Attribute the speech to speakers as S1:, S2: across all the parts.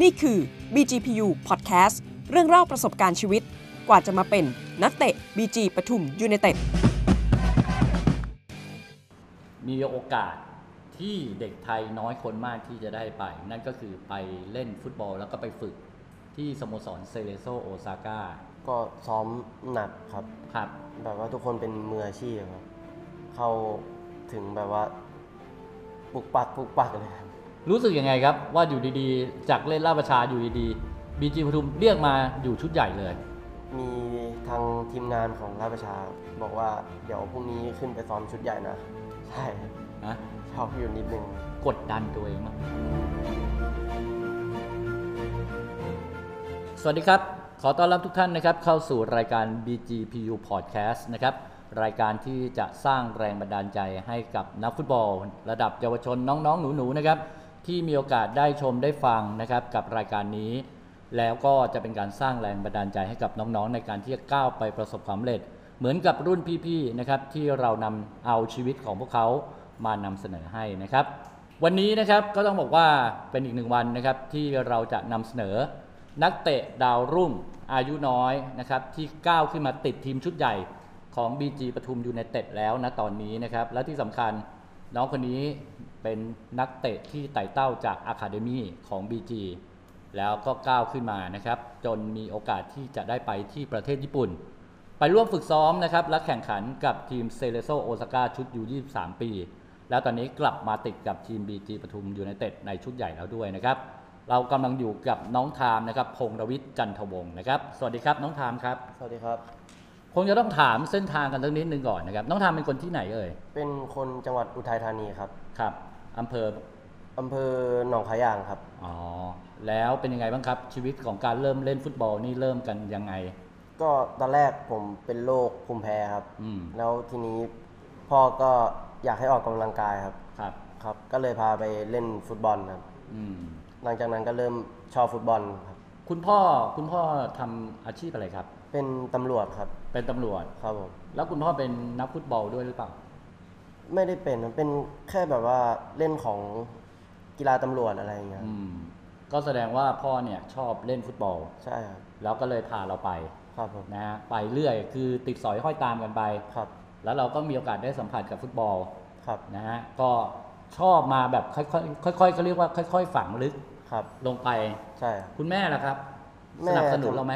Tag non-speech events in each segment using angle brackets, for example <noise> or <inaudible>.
S1: นี่คือ BGPU Podcast เรื่องเล่าประสบการณ์ชีวิต กว่าจะมาเป็นนักเตะ BG ปทุมยูไนเต็ด
S2: มีโอกาสที่เด็กไทยน้อยคนมากที่จะได้ไป นั่นก็คือไปเล่นฟุตบอลแล้วก็ไปฝึกที่สโมสรเซเลโซโอซาก้า
S3: ก็ซ้อมหนักครับ
S2: ครับ
S3: แบบว่าทุกคนเป็นมืออาชีพครับ เข้าถึงแบบว่าปลุกปักปลุกปักเลยครับ
S2: รู้สึกยังไงครับว่าอยู่ดีๆ จากเล่นลาดประชาอยู่ดีๆบีจีปทุมเรียกมาอยู่ชุดใหญ่เลย
S3: มีทางทีมงานของราชประชา บอกว่าเดี๋ยวพรุ่งนี้ขึ้นไปซ้อมชุดใหญ่นะ ใช่ครับ
S2: นะ
S3: ชอบอยู่นิดนึง
S2: กดดันตัวเองมากสวัสดีครับ ขอต้อนรับทุกท่านนะครับ เข้าสู่รายการ BGPU Podcast นะครับ รายการที่จะสร้างแรงบันดาลใจให้กับนักฟุตบอล ระดับเยาวชนน้องๆ หนูๆ นะครับ ที่มีโอกาสได้ชมได้ฟังนะครับ กับรายการนี้ แล้วก็จะเป็นการสร้างแรงบันดาลใจให้กับน้องๆ ในการที่จะก้าวไปประสบความสำเร็จ เหมือนกับรุ่นพี่ๆ นะครับที่เรานำเอาชีวิตของพวกเขามานำเสนอให้นะครับ วันนี้นะครับก็ต้องบอกว่าเป็นอีกหนึ่งวันนะครับที่เราจะนำเสนอ นักเตะดาวรุ่งอายุน้อยนะครับที่ก้าวขึ้นมาติดทีมชุดใหญ่ของ BG ปทุมยูไนเต็ดแล้วนะตอนนี้นะครับ และที่สำคัญน้องคนนี้เป็นนักเตะที่ไต่เต้าจากอะคาเดมีของ BG แล้วก็ก้าวขึ้นมานะครับ จนมีโอกาสที่จะได้ไปที่ประเทศญี่ปุ่น ไปร่วมฝึกซ้อมนะครับ และแข่งขันกับทีมเซเลโซโอซาก้าชุดยู23 ปี แล้วตอนนี้กลับมาติดกับทีม BG ปทุมยูไนเต็ดในชุดใหญ่แล้วด้วยนะครับ เรากำลังอยู่กับน้องทามนะครับ พงรวิทย์จันทวงศ์นะครับ สวัสดีครับน้องทามครับ
S3: สวัสดีครับ
S2: คงจะต้องถามเส้นทางกันสักนิดนึงก่อนนะครับ น้องทามเป็นคนที่ไหนเอ่ย
S3: เป็นคนจังหวัดอุทัยธานีครับ
S2: ครับอำเภอ
S3: อำเภอหนองขายางครับ
S2: อ๋อแล้วเป็นยังไงบ้างครับ ชีวิตของการเริ่มเล่นฟุตบอลนี่เริ่มกันยังไง
S3: ก็ตอนแรกผมเป็นโรคภูมิแพ้ครับ
S2: อืม
S3: แล้วทีนี้พ่อก็อยากให้ออกกำลังกายครับ
S2: ครับ
S3: ครับ ก็เลยพาไปเล่นฟุตบอลครับ
S2: อืม
S3: หลังจากนั้นก็เริ่มชอบฟุตบอลครับ
S2: คุณพ่อคุณพ่อทำอาชีพอะไรครับ
S3: เป็นตำรวจครับ
S2: เป็นตำรวจ
S3: ครับผม
S2: แล้วคุณพ่อเป็นนักฟุตบอลด้วยหรือเปล่า
S3: ไม่ได้เป็นครับเป็นแค่แบบว่าเล่นของกีฬาตำรวจอะไรอย่างเงี้ย
S2: อืมก็แสดงว่าพ่อเนี่ยชอบเล่นฟุตบอล
S3: ใช่ครับ
S2: แล้วก็เลยพาเราไป
S3: ครับผม
S2: นะฮะไปเรื่อยคือติดสอยห้อยตามกันไป
S3: ครับ
S2: แล้วเราก็มีโอกาสได้สัมผัสกับฟุตบอล
S3: ครับ
S2: นะฮะก็ชอบมาแบบค่อยๆค่อยๆก็เรียกว่าค่อย ๆ ฝังลึก
S3: ครับ
S2: ลงไป
S3: ใช่ครับ
S2: คุณแม่ล่ะครับส
S3: แม่
S2: นับสนุนเราไหม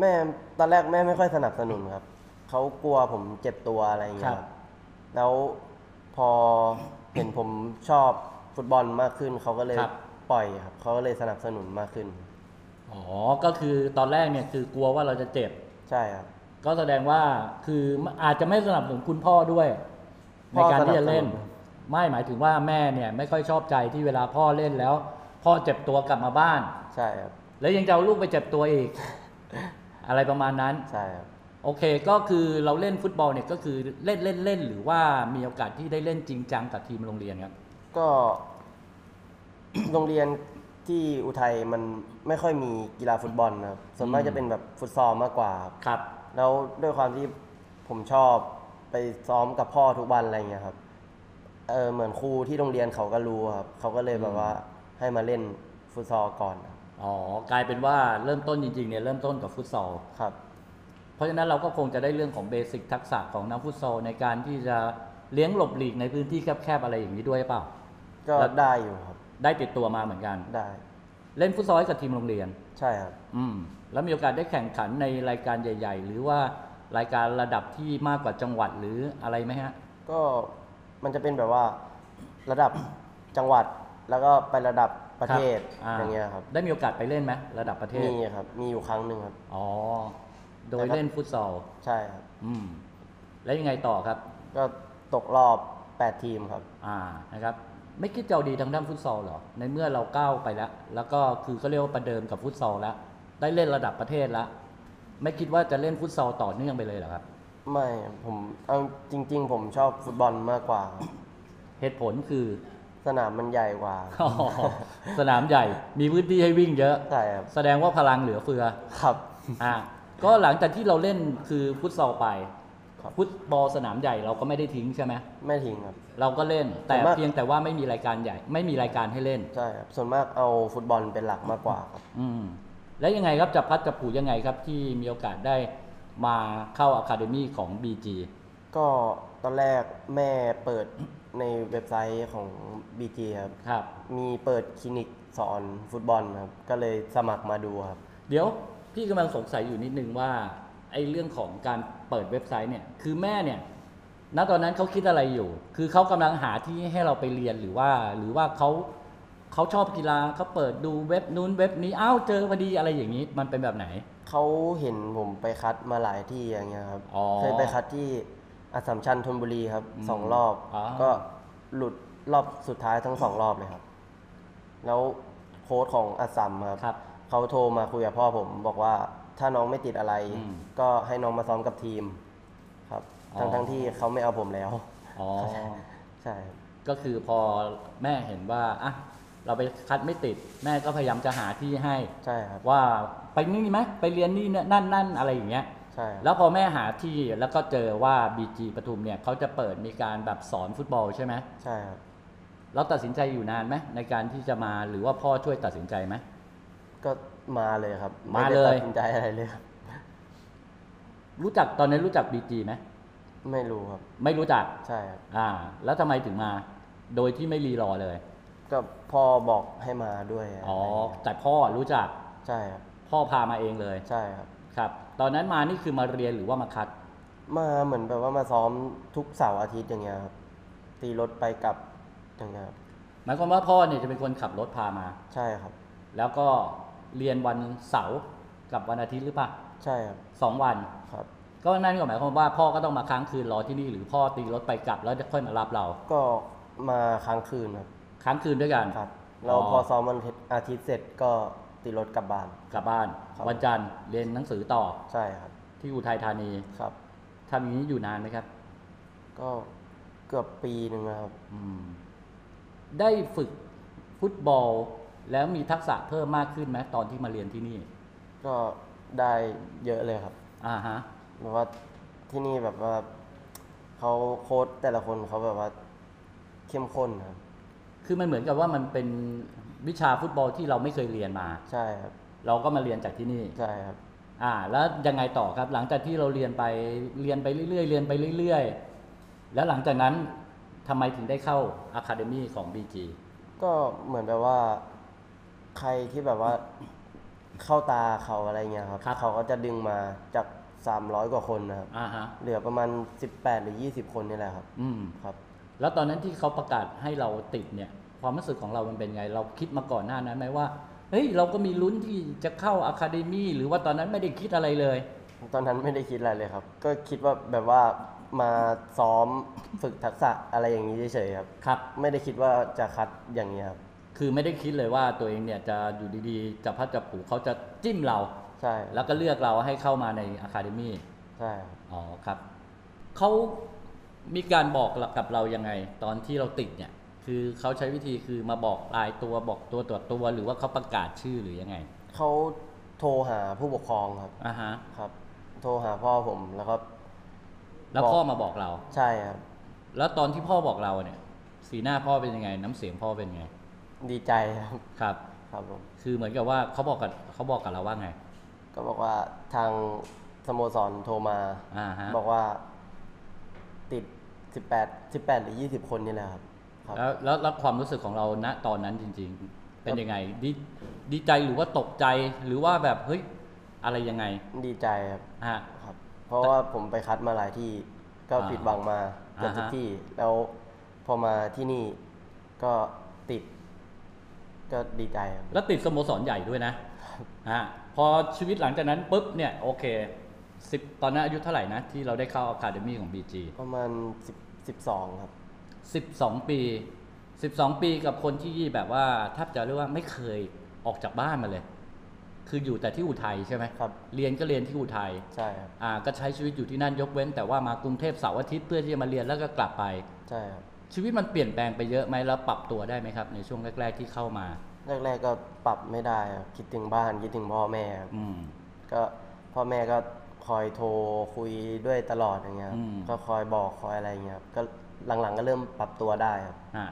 S3: แม่ตอนแรกแม่ไม่ค่อยสนับสนุนครับ เขากลัวผมเจ็บตัวอะไรอย่างเงี้ยครับแล้วพอเห็นผมชอบฟุตบอลมากขึ้น เขาก็เลยปล่อยครับ เขาก็เลยสนับสนุนมากขึ้น
S2: อ๋อก็คือตอนแรกเนี่ยคือกลัวว่าเราจะเจ็บ
S3: ใช่ครับ
S2: ก็แสดงว่าคืออาจจะไม่สนับสนุนคุณพ่อด้วย ในการที่จะเล่น
S3: พ่อสนับสนุน
S2: ไม่หมายถึงว่าแม่เนี่ยไม่ค่อยชอบใจที่เวลาพ่อเล่นแล้ว พ่อเจ็บตัวกลับมาบ้าน
S3: ใช่ครับ
S2: แล้วยังจะเอาลูกไปเจ็บตัวอีก อะไรประมาณนั้น
S3: ใช่ครับ
S2: โอเคก็คือเราเล่นฟุตบอลเนี่ยก็คือเล่นเล่นเล่นหรือว่ามีโอกาสที่ได้เล่นจริงจังกับทีมโรงเรียนครับ
S3: ก็ โรงเรียนที่อุทัยมันไม่ค่อยมีกีฬาฟุตบอลนะครับ ส่วนมา
S2: อื
S3: ก
S2: ม
S3: จะเป็นแบบฟุตซอลมากกว่าครับ
S2: ครับ
S3: แล้วด้วยความที่ผมชอบไปซ้อมกับพ่อทุกวันอะไรเงี้ยครับ เออเหมือนครูที่โรงเรียนเขาก็รู้ครับ เขาก็เลยแบบว่าให้มาเล่นฟุตซอลก่อนครับ
S2: อ๋อกลายเป็นว่าเริ่มต้นจริงๆเนี่ยเริ่มต้นกับฟุตซอล
S3: ครับ
S2: เพราะฉะนั้นเราก็คงจะได้เรื่องของเบสิกทักษะของนักฟุตซอลในการที่จะเลี้ยงหลบหลีกในพื้นที่แคบๆอะไรอย่างนี้ด้วยเปล่า
S3: ก็
S2: แล้ว
S3: ได้อยู่ครับ
S2: ได้ติดตัวมาเหมือนกัน
S3: ได้
S2: เล่นฟุตซอลให้กับทีมโรงเรียน
S3: ใช่ครับ
S2: อืมแล้วมีโอกาสได้แข่งขันในรายการใหญ่ ๆ หรือว่ารายการระดับที่มากกว่าจังหวัดหรืออะไรไหมฮะ
S3: ก็มันจะเป็นแบบว่าระดับจังหวัดแล้วก็ไประดับประเทศ
S2: อ่า
S3: อย่างเงี้ยครับ
S2: ได้มีโอกาสไปเล่นไหมระดับประเทศ
S3: มีครับ มีอยู่ครั้งหนึ่งครับ
S2: อ๋อ โดยเล่นฟุตซอล
S3: ใช่ครับ
S2: อืม แล้วยังไงต่อครับ
S3: ก็ตกรอบ 8 ทีมครับ
S2: อ่า นะครับ ไม่คิดจะเอาดีทางด้านฟุตซอลเหรอ ในเมื่อเราก้าวไปแล้ว แล้วก็คือก็เรียกว่าประเดิมกับฟุตซอลแล้ว ได้เล่นระดับประเทศแล้ว ไม่คิดว่าจะเล่นฟุตซอลต่อเนื่องไปเลยเหรอครับ
S3: ไม่ผมเอาจริง ๆ ผมชอบฟุตบอลมากกว่าครับ
S2: เหตุผลคือ <laughs>
S3: สนามมันใหญ่กว่า
S2: อ๋อสนามใหญ่ มีพื้นที่ให้วิ่งเยอะ
S3: ใช่ครับ
S2: แสดงว่าพลังเหลือเฟือ
S3: ครับ
S2: อ่า ก็หลังจากที่เราเล่นคือฟุตซอลไป
S3: ครับ
S2: ฟุตบอลสนามใหญ่เราก็ไม่ได้ทิ้งใช่ไหม
S3: ไม่ทิ้งครับ
S2: เราก็เล่น แต่
S3: ส่วนมาก
S2: เพียงแต่ว่าไม่มีรายการใหญ่ ไม่มีรายการให้เล่น
S3: ใช่ครับ ส่วนมากเอาฟุตบอลเป็นหลักมากกว่าครับ
S2: อืมแล้วยังไงครับจะพัดจะผูยังไงครับที่มีโอกาสได้มาเข้าอะคาเดมี่ของ BG
S3: ก็ตอนแรกแม่เปิดในเว็บไซต์ของ BG ครับ
S2: ครับ
S3: มีเปิดคลินิกสอนฟุตบอลครับ ก็เลยสมัครมาดูครับ
S2: เดี๋ยวพี่กำลังสงสัยอยู่นิดนึงว่าไอ้เรื่องของการเปิดเว็บไซต์เนี่ยคือแม่เนี่ยณตอนนั้นเขาคิดอะไรอยู่ คือเขากำลังหาที่ให้เราไปเรียนหรือว่า หรือว่าเขาเขาชอบกีฬาเขาเปิดดูเว็บนู้นเว็บนี้อ้าวเจอพอดีอะไรอย่างนี้ มันเป็นแบบไหน
S3: เขาเห็นผมไปคัดมาหลายที่อย่างเงี้ยครับ
S2: อ๋อ
S3: เคยไปคัดที่อัสสัมชัญธนบุรีครับ
S2: อืม
S3: สองรอบ
S2: อ๋อ
S3: ก็หลุดรอบสุดท้ายทั้งสองรอบเลยครับ แล้วโค้ชของอัสสัมครับ
S2: ครับ
S3: เขาโทรมาคุยกับพ่อผม บอกว่าถ้าน้องไม่ติดอะไร
S2: อืม
S3: ก็ให้น้องมาซ้อมกับทีม ครับ
S2: อ๋อ
S3: ทั้งทั้งๆที่เขาไม่เอาผมแล้ว
S2: อ๋อ
S3: ใช่ครับ
S2: ก็คือพอแม่เห็นว่าอ่ะเราไปคัดไม่ติด แม่ก็พยายามจะหาที่ให้
S3: ใช่ครับ
S2: ว่าไปนี่ไหมไปเรียนนี่เนี่ยนั่นนั่นอะไรอย่างเงี้ย
S3: ใช่ครับ
S2: แล้วพอแม่หาที่แล้วก็เจอว่า BG ปทุมเนี่ยเขาจะเปิดมีการแบบสอนฟุตบอลใช่ไหม
S3: ใช่ครับ
S2: เราตัดสินใจอยู่นานไหมในการที่จะมาหรือว่าพ่อช่วยตัดสินใจไหม
S3: ก็มาเลยครับ
S2: มา
S3: ไได้
S2: เลย
S3: ตัดสินใจอะไรเลยครับ
S2: รู้จักตอนนั้นรู้จัก BG ไหม
S3: ไม่รู้ครับ
S2: ไม่รู้จัก
S3: ใช่ครับ
S2: อ่า แล้วทำไมถึงมา โดยที่ไม่รีรอเลย
S3: ก็พ่อบอกให้มาด้วยะไร
S2: อ๋อย่าง
S3: เงี้ย
S2: แต่พ่อรู้จัก
S3: ใช่ครับ
S2: พ่อพามาเองเลย
S3: ใช่ครับ
S2: ครับ ตอนนั้นมานี่คือมาเรียนหรือว่ามาคัด
S3: มาเหมือนแบบว่ามาซ้อมทุกเสาร์อาทิตย์อย่างเงี้ยครับตีรถไปกลับอย่างเงี้ยครับ
S2: หมายความว่าพ่อเนี่ยจะเป็นคนขับรถพามา
S3: ใช่ครับ
S2: แล้วก็เรียนวันเสาร์กับวันอาทิตย์หรือเปล่า
S3: ใช่ครับ
S2: สองวัน
S3: ครับ
S2: ก็นั่นก็หมายความว่าพ่อก็ต้องมาค้างคืนรอที่นี่หรือพ่อตีรถไปกลับแล้วค่อยมารับเรา
S3: ก็มาค้างคืนครับ
S2: ค้างคืนด้วยกัน
S3: ครับเรา
S2: อ๋อ
S3: พอซ้อมวันอาทิตย์เสร็จก็ตีรถกลับบ้าน
S2: กลับบ้าน
S3: ครับ
S2: วันจันทร์เรียนหนังสือต่อ
S3: ใช่ครับ
S2: ที่อุทัยธานี
S3: ครับ
S2: ทำอย่างนี้อยู่นานไหมครับ
S3: ก็เกือบปีหนึ่งนะครับ
S2: อืมได้ฝึกฟุตบอลแล้วมีทักษะเพิ่มมากขึ้นไหมตอนที่มาเรียนที่นี่
S3: ก็ได้เยอะเลยครับ
S2: อ่าฮะ
S3: แบบว่าที่นี่แบบว่าเขาโค้ชแต่ละคนเขาแบบว่าเข้มข้นครับ
S2: คือมันเหมือนกับว่ามันเป็นวิชาฟุตบอลที่เราไม่เคยเรียนมา
S3: ใช่ครับ
S2: เราก็มาเรียนจากที่นี่
S3: ใช่ครับ
S2: อ่า แล้วยังไงต่อครับ หลังจากที่เราเรียนไปเรียนไปเรื่อยๆเรียนไปเรื่อยๆ แล้วหลังจากนั้นทำไมถึงได้เข้าอะคาเดมีของ BG
S3: ก็เหมือนแบบว่า ใครที่แบบว่า <coughs> เข้าตาเขาอะไรเงี้ยครับ
S2: ครับ
S3: เขาก็จะดึงมาจาก 300 กว่าคนนะครับ
S2: อ่าฮะ
S3: เหลือประมาณ 18 หรือ 20 คนนี่แหละครับ
S2: อืม
S3: ครับ
S2: แล้วตอนนั้นที่เขาประกาศให้เราติดเนี่ย ความรู้สึกของเรามันเป็นไง เราคิดมาก่อนหน้านั้นไหมว่า เฮ้ย เราก็มีลุ้นที่จะเข้าอะคาเดมีหรือว่าตอนนั้นไม่ได้คิดอะไรเลย
S3: ตอนนั้นไม่ได้คิดอะไรเลยครับ ก็คิดว่าแบบว่ามาซ้อมฝึกทักษะอะไรอย่างนี้เฉยๆครับ
S2: ครับ
S3: ไม่ได้คิดว่าจะคัดอย่างเงี้ยครับ
S2: คือไม่ได้คิดเลยว่าตัวเองเนี่ยจะอยู่ดีๆ จะพัดจะผูเขาจะจิ้มเรา
S3: ใช่
S2: แล้วก็เลือกเราให้เข้ามาในอะคาเดมี
S3: ใช่ครับ
S2: อ๋อครับเขามีการบอกกับเรายังไง ตอนที่เราติดเนี่ย คือเขาใช้วิธีคือมาบอกรายตัวบอกตัวตรวจตัวหรือว่าเขาประกาศชื่อหรือยังไง
S3: เขาโทรหาผู้ปกครองครับ
S2: อ่าฮะ
S3: ครับ โทรหาพ่อผมแล้วก็
S2: แล้วพ่อมาบอกเรา
S3: ใช่ครับ
S2: แล้วตอนที่พ่อบอกเราเนี่ย สีหน้าพ่อเป็นยังไง น้ำเสียงพ่อเป็นยังไง
S3: ดีใจครับ
S2: ครับ
S3: ครับผม
S2: คือเหมือนกับว่าเขาบอกกับเขาบอกกับเราว่าไง
S3: ก็บอกว่าทางสโมสรโทรมา
S2: อ่าฮะ
S3: บอกว่า ติด 18 18 หรือ 20 คนนี่แหละครับ ครับ
S2: แล้วแล้วแล้วความรู้สึกของเราณตอนนั้นจริง ๆ เป็นยังไงดีดีใจหรือว่าตกใจหรือว่าแบบเฮ้ยอะไรยังไง
S3: ดีใจครับ
S2: ฮะ
S3: ครับ เพราะว่าผมไปคัดมาหลายที่ก็
S2: อ่า
S3: ผิดหวังมาเกือบ
S2: อ่าฮะ
S3: ทุกที่ แล้วพอมาที่นี่ก็ติด ก็ดีใจครับ
S2: แล้วติดสโมสรใหญ่ด้วยนะฮะพอชีวิตหลังจากนั้นปุ๊บเนี่ย โอเคสิบตอนนั้นอายุเท่าไหร่นะ ที่เราได้เข้าอะคาเดมี่ของ BG
S3: ประมาณ10 12 ครับ
S2: 12 ปี 12 ปีกับคนที่แบบว่าแทบจะเรียกว่าไม่เคยออกจากบ้านมาเลย คืออยู่แต่ที่อุทัยใช่ไหม
S3: ครับ
S2: เรียนก็เรียนที่อุทัย
S3: ใช่ครับ
S2: อ่าก็ใช้ชีวิตอยู่ที่นั่นยกเว้น แต่ว่ามากรุงเทพเสาร์อาทิตย์เพื่อที่จะมาเรียนแล้วก็กลับไป
S3: ใช่ครับ
S2: ชีวิตมันเปลี่ยนแปลงไปเยอะไหมแล้วปรับตัวได้ไหมครับในช่วงแรก ๆที่เข้ามา
S3: แรก ๆ ก็ปรับไม่ได้ครับคิดถึงบ้าน คิดถึงพ่อแม่ครับ
S2: อืม
S3: ก็พ่อแม่ก็ คอยโทรคุยด้วยตลอดอย่างเงี้ยครับ
S2: อืม
S3: ก็คอยบอกคอยอะไรอย่างเงี้ยครับก็หลังๆก็เริ่มปรับตัวได้ครับ
S2: อ่า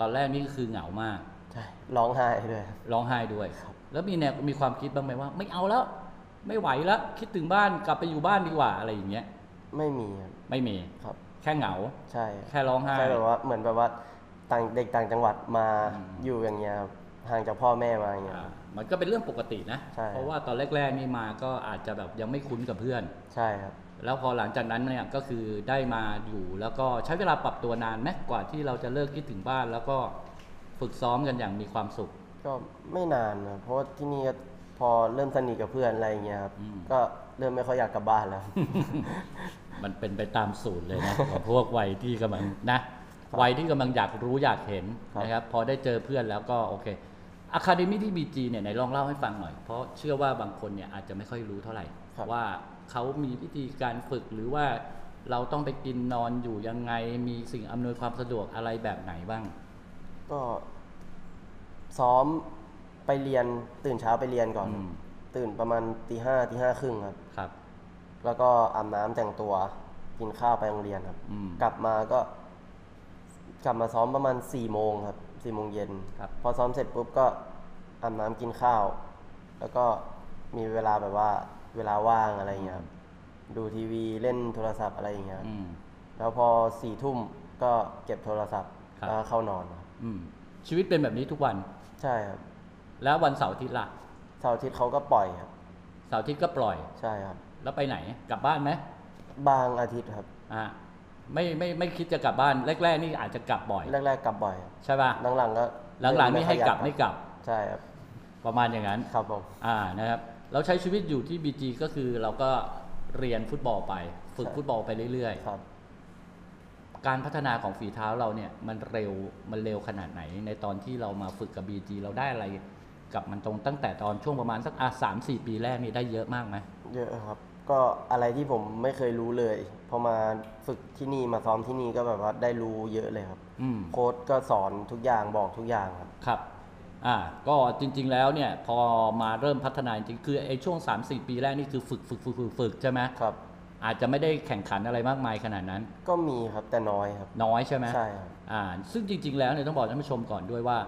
S2: ตอนแรกนี่ก็คือเหงามาก
S3: ใช่ร้องไห้ด้วยครับ
S2: ร้องไห้ด้วย แล้วมีแนวมีความคิดบ้างไหมว่า ไม่เอาแล้ว ไม่ไหวแล้วคิดถึงบ้านกลับไปอยู่บ้านดีกว่าอะไรอย่างเงี้ย
S3: ไม่มีครับ
S2: ไม่มี
S3: ครับ
S2: แค่เหงา
S3: ใช่
S2: แค่ร้องไห้
S3: ใช่แบบว่าเหมือนแบบว่าต่างเด็กต่างจังหวัดมา
S2: อืม
S3: อยู่อย่างเงี้ยครับห่างจากพ่อแม่มาอย่างเงี้ย
S2: อ่ามันก็เป็นเรื่องปกตินะ
S3: ใช่
S2: เพราะว่าตอนแรก ๆ นี่มาก็อาจจะแบบยังไม่คุ้นกับเพื่อน
S3: ใช่ครับ
S2: แล้วพอหลังจากนั้นเนี่ยก็คือได้มาอยู่แล้วก็ใช้เวลาปรับตัวนานไหมกว่าที่เราจะเลิกคิดถึงบ้าน แล้วก็ฝึกซ้อมกันอย่างมีความสุข
S3: ก็ไม่นานนะเพราะว่าที่นี่ก็พอเริ่มสนิทกับเพื่อนอะไรอย่างเงี้ยครับ
S2: อืม
S3: ก็เริ่มไม่ค่อยอยากกลับบ้านแล้ว
S2: <laughs> มันเป็นไปตามสูตร
S3: <laughs>
S2: เลยนะ ของพวกวัยที่กำลังนะวัยที่กำลังอยากรู้อยากเห็น
S3: ครับ
S2: นะครับ พอได้เจอเพื่อนแล้วก็โอเคอะคาเดมี่ที่บีจีเนี่ยไหนลองเล่าให้ฟังหน่อย เพราะเชื่อว่าบางคนเนี่ยอาจจะไม่ค่อยรู้เท่าไหร่ ว่าเขามีวิธีการฝึกหรือว่าเราต้องไปกินนอนอยู่ยังไงมีสิ่งอำนวยความสะดวกอะไรแบบไหนบ้าง
S3: ก็ซ้อมไปเรียนตื่นเช้าไปเรียนก่อน
S2: อืม
S3: ตื่นประมาณตีห้าตีห้าครึ่งครับ
S2: ครับ
S3: แล้วก็อาบน้ำแต่งตัวกินข้าวไปโรงเรียนครับ
S2: อืม
S3: กลับมาก็ กลับมาซ้อมประมาณสี่โมงครับสี่โมงเย็น
S2: ครับ
S3: พอซ้อมเสร็จปุ๊บก็อาบน้ำกินข้าว แล้วก็มีเวลาแบบว่าเวลาว่างอะไรอย่างเงี้ยครับดูทีวีเล่นโทรศัพท์อะไรอย่างเงี้ยครับ
S2: อืม
S3: แล้วพอสี่ทุ่มก็เก็บโทรศัพท์
S2: ครับ
S3: แล้วก็เข้านอนครับ
S2: อืมชีวิตเป็นแบบนี้ทุกวัน
S3: ใช่ครับ
S2: แล้ววันเสาร์อาทิตย์ล่ะ
S3: เสาร์อาทิตย์เขาก็ปล่อยครับ
S2: เสาร์อาทิตย์ก็ปล่อย
S3: ใช่ครับ
S2: แล้วไปไหนกลับบ้านไหม
S3: บางอาทิตย์ครับ
S2: อ่ะไม่ไม่ไม่คิดจะกลับบ้านแรก ๆ นี่อาจจะกลับบ่อย
S3: แรก ๆ กลับบ่อยครับ
S2: ใช่ป่ะ
S3: หลังๆก็
S2: หลังๆนี่ให้
S3: ค่อยอย
S2: กลับไม่กลับ
S3: ใช่ครับ
S2: ประมาณอย่างนั้น
S3: ครับผม
S2: อ่านะครับเราใช้ชีวิตอยู่ที่ BG ก็คือเราก็เรียนฟุตบอลไป ฝึกฟุตบอลไปเรื่อย
S3: ครับ
S2: ๆ การพัฒนาของฝีเท้าเราเนี่ยมันเร็วมันเร็วขนาดไหน ในตอนที่เรามาฝึกกับ BG เราได้อะไรกับมันตรงตั้งแต่ตอนช่วงประมาณสักอ่ะสามสี่ปีแรกนี่ได้เยอะมากไหม
S3: เยอะครับ ก็อะไรที่ผมไม่เคยรู้เลย พอมาฝึกที่นี่มาซ้อมที่นี่ก็แบบว่าได้รู้เยอะเลยครับ
S2: อืม
S3: โค้ดก็สอนทุกอย่างบอกทุกอย่างครับ
S2: ครับ อ่า ก็จริง ๆ แล้วเนี่ยพอมาเริ่มพัฒนาจริงๆคือไอ้ช่วง 3-4 ปีแรกนี่คือฝึกฝึกฝึกฝึกฝึกใช่ไหม
S3: ครับ
S2: อาจจะไม่ได้แข่งขันอะไรมากมายขนาดนั้น
S3: ก็มีครับแต่น้อยครับ
S2: น้อยใช่ไหม
S3: ใช่ครับ
S2: อ่า ซึ่งจริง ๆ แล้วเนี่ยต้องบอกท่านผู้ชมก่อนด้วยว่า